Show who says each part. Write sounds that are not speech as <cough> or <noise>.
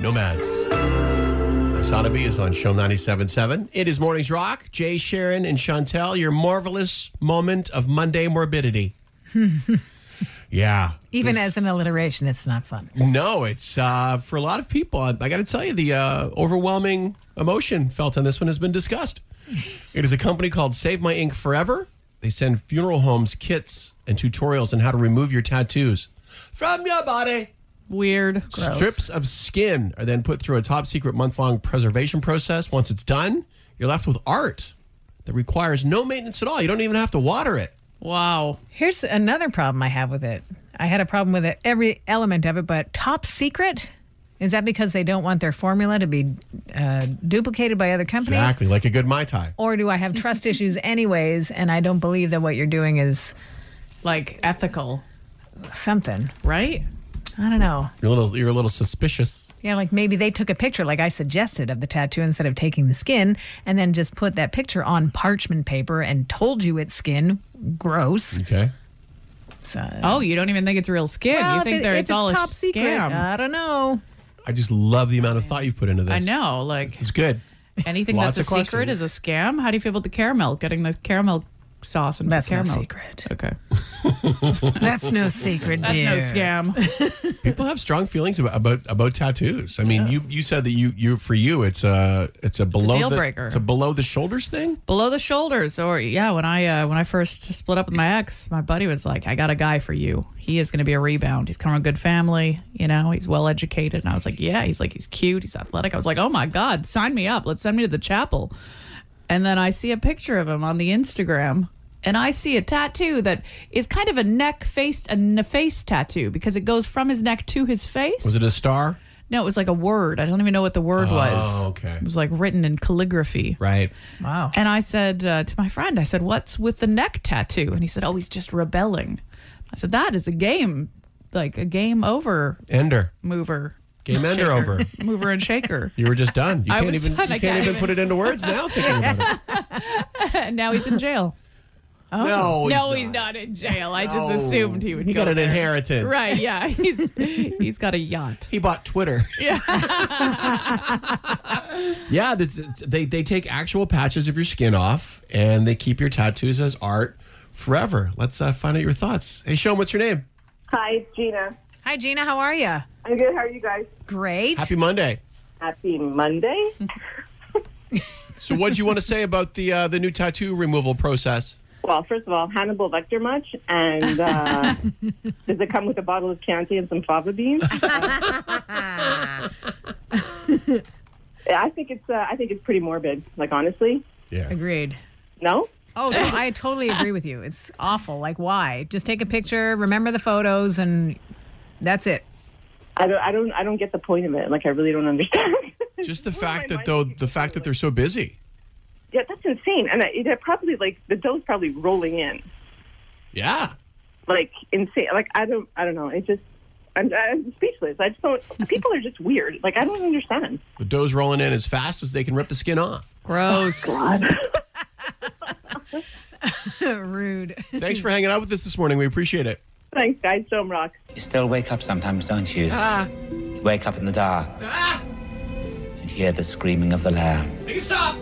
Speaker 1: Nomads. Asana B is on show 97.7. It is Mornings Rock. Jay, Sharon, and Chantel, your marvelous moment of Monday morbidity. yeah.
Speaker 2: Even as an alliteration, it's not fun.
Speaker 1: No, it's uh, for a lot of people. I, I got to tell you, the uh, overwhelming emotion felt on this one has been discussed. It is a company called Save My Ink Forever. They send funeral homes kits and tutorials on how to remove your tattoos from your body.
Speaker 3: Weird.
Speaker 1: Strips of skin are then put through a top secret month long preservation process. Once it's done, you're left with art that requires no maintenance at all. You don't even have to water it.
Speaker 3: Wow.
Speaker 2: Here's another problem I have with it. I had a problem with it, every element of it, but top secret? Is that because they don't want their formula to be uh, duplicated by other companies?
Speaker 1: Exactly, like a good Mai Tai.
Speaker 2: Or do I have trust issues anyways, and I don't believe that what you're doing is
Speaker 3: Like ethical,
Speaker 2: something?
Speaker 3: right?
Speaker 2: I don't know.
Speaker 1: You're a little, you're a little suspicious.
Speaker 2: Yeah, like maybe they took a picture, like I suggested, of the tattoo instead of taking the skin, and then just put that picture on parchment paper and told you it's skin. Gross.
Speaker 1: Okay.
Speaker 2: So,
Speaker 3: Oh, you don't even think it's real skin.
Speaker 2: Well,
Speaker 3: you
Speaker 2: if
Speaker 3: think
Speaker 2: it-
Speaker 3: they're,
Speaker 2: if
Speaker 3: it's all a
Speaker 2: top
Speaker 3: scam.
Speaker 2: secret. Uh, I don't know.
Speaker 1: I just love the amount of thought you've put into this.
Speaker 3: I know. Like
Speaker 1: It's good.
Speaker 3: anything
Speaker 1: Lots
Speaker 3: that's a
Speaker 1: of
Speaker 3: secret
Speaker 1: questions.
Speaker 3: is a scam. How do you feel about the caramel? Getting the caramel sauce and
Speaker 2: That's no
Speaker 3: caramel.
Speaker 2: secret.
Speaker 3: Okay.
Speaker 2: That's no secret,
Speaker 3: That's
Speaker 2: dear.
Speaker 3: no scam.
Speaker 1: People have strong feelings about about, about tattoos. I mean, you you said that you you for you it's a it's a below
Speaker 3: deal
Speaker 1: the
Speaker 3: breaker.
Speaker 1: it's a below the shoulders thing.
Speaker 3: Below the shoulders, or yeah, when I uh, when I first split up with my ex, my buddy was like, "I got a guy for you. He is going to be a rebound. He's come from a good family. You know, he's well educated." And I was like, "Yeah." He's like, "He's cute. He's athletic." I was like, "Oh my god, sign me up. Let's send me to the chapel." And then I see a picture of him on the Instagram, and I see a tattoo that is kind of a neck faced a face tattoo because it goes from his neck to his face.
Speaker 1: Was it a star?
Speaker 3: No, it was like a word. I don't even know what the word was.
Speaker 1: Oh, okay.
Speaker 3: It was like written in calligraphy.
Speaker 1: Right.
Speaker 2: Wow.
Speaker 3: And I said uh, to my friend, I said, "What's with the neck tattoo?" And he said, "Oh, he's just rebelling." I said, "That is a game, like a game over
Speaker 1: Ender.
Speaker 3: mover,
Speaker 1: Game ender
Speaker 3: shaker.
Speaker 1: over.
Speaker 3: <laughs> mover and shaker."
Speaker 1: You were just done. You
Speaker 3: I
Speaker 1: can't
Speaker 3: was
Speaker 1: even
Speaker 3: done.
Speaker 1: you
Speaker 3: I
Speaker 1: can't
Speaker 3: can't
Speaker 1: even put it into words now thinking about
Speaker 3: <laughs>
Speaker 1: it.
Speaker 3: and <laughs> now he's
Speaker 1: <laughs>
Speaker 3: in jail.
Speaker 1: No,
Speaker 3: no, he's not in jail. I just assumed he would.
Speaker 1: He
Speaker 3: go
Speaker 1: got an
Speaker 3: there.
Speaker 1: inheritance.
Speaker 3: Right? Yeah, <laughs> he's he's got a yacht.
Speaker 1: He bought Twitter. <laughs> Yeah. yeah, that's, it's- they, they take actual patches of your skin off and they keep your tattoos as art forever. Let's uh, find out your thoughts. Hey, Sean, what's your name?
Speaker 4: Hi, it's Gina.
Speaker 2: Hi, Gina. How are you?
Speaker 4: I'm good. How are you guys?
Speaker 2: Great.
Speaker 1: Happy Monday.
Speaker 4: Happy Monday.
Speaker 1: So, what do you want to say about the uh, the new tattoo removal process?
Speaker 4: Well, first of all, Hannibal Lecter much? And <laughs> uh, does it come with a bottle of Chianti and some fava <laughs> beans? Yeah, I think it's uh, I think it's pretty morbid. Like honestly,
Speaker 1: Yeah.
Speaker 2: Agreed.
Speaker 4: no.
Speaker 2: Oh, no, I totally agree with you. It's awful. Like, why? Just take a picture, remember the photos, and that's it.
Speaker 4: I don't I don't I don't get the point of it. Like I really don't understand. <laughs>
Speaker 1: Just the
Speaker 4: Where
Speaker 1: fact
Speaker 4: am I
Speaker 1: that though
Speaker 4: minding
Speaker 1: the fact that they're so busy.
Speaker 4: yeah, that's insane. And I, it probably like the dough's probably rolling in.
Speaker 1: Yeah.
Speaker 4: like insane. Like I don't, I don't know. It just, I'm, I'm speechless. I just don't. People are just weird. Like I don't understand.
Speaker 1: The dough's rolling in as fast as they can rip the skin off.
Speaker 3: Gross.
Speaker 2: <laughs> Rude.
Speaker 1: Thanks for hanging out with us this morning. We appreciate it.
Speaker 4: Thanks, guys. Dome rock.
Speaker 5: You still wake up sometimes, don't you?
Speaker 1: Ah.
Speaker 5: You wake up in the dark
Speaker 1: Ah.
Speaker 5: and hear the screaming of the lamb.
Speaker 1: Make it stop.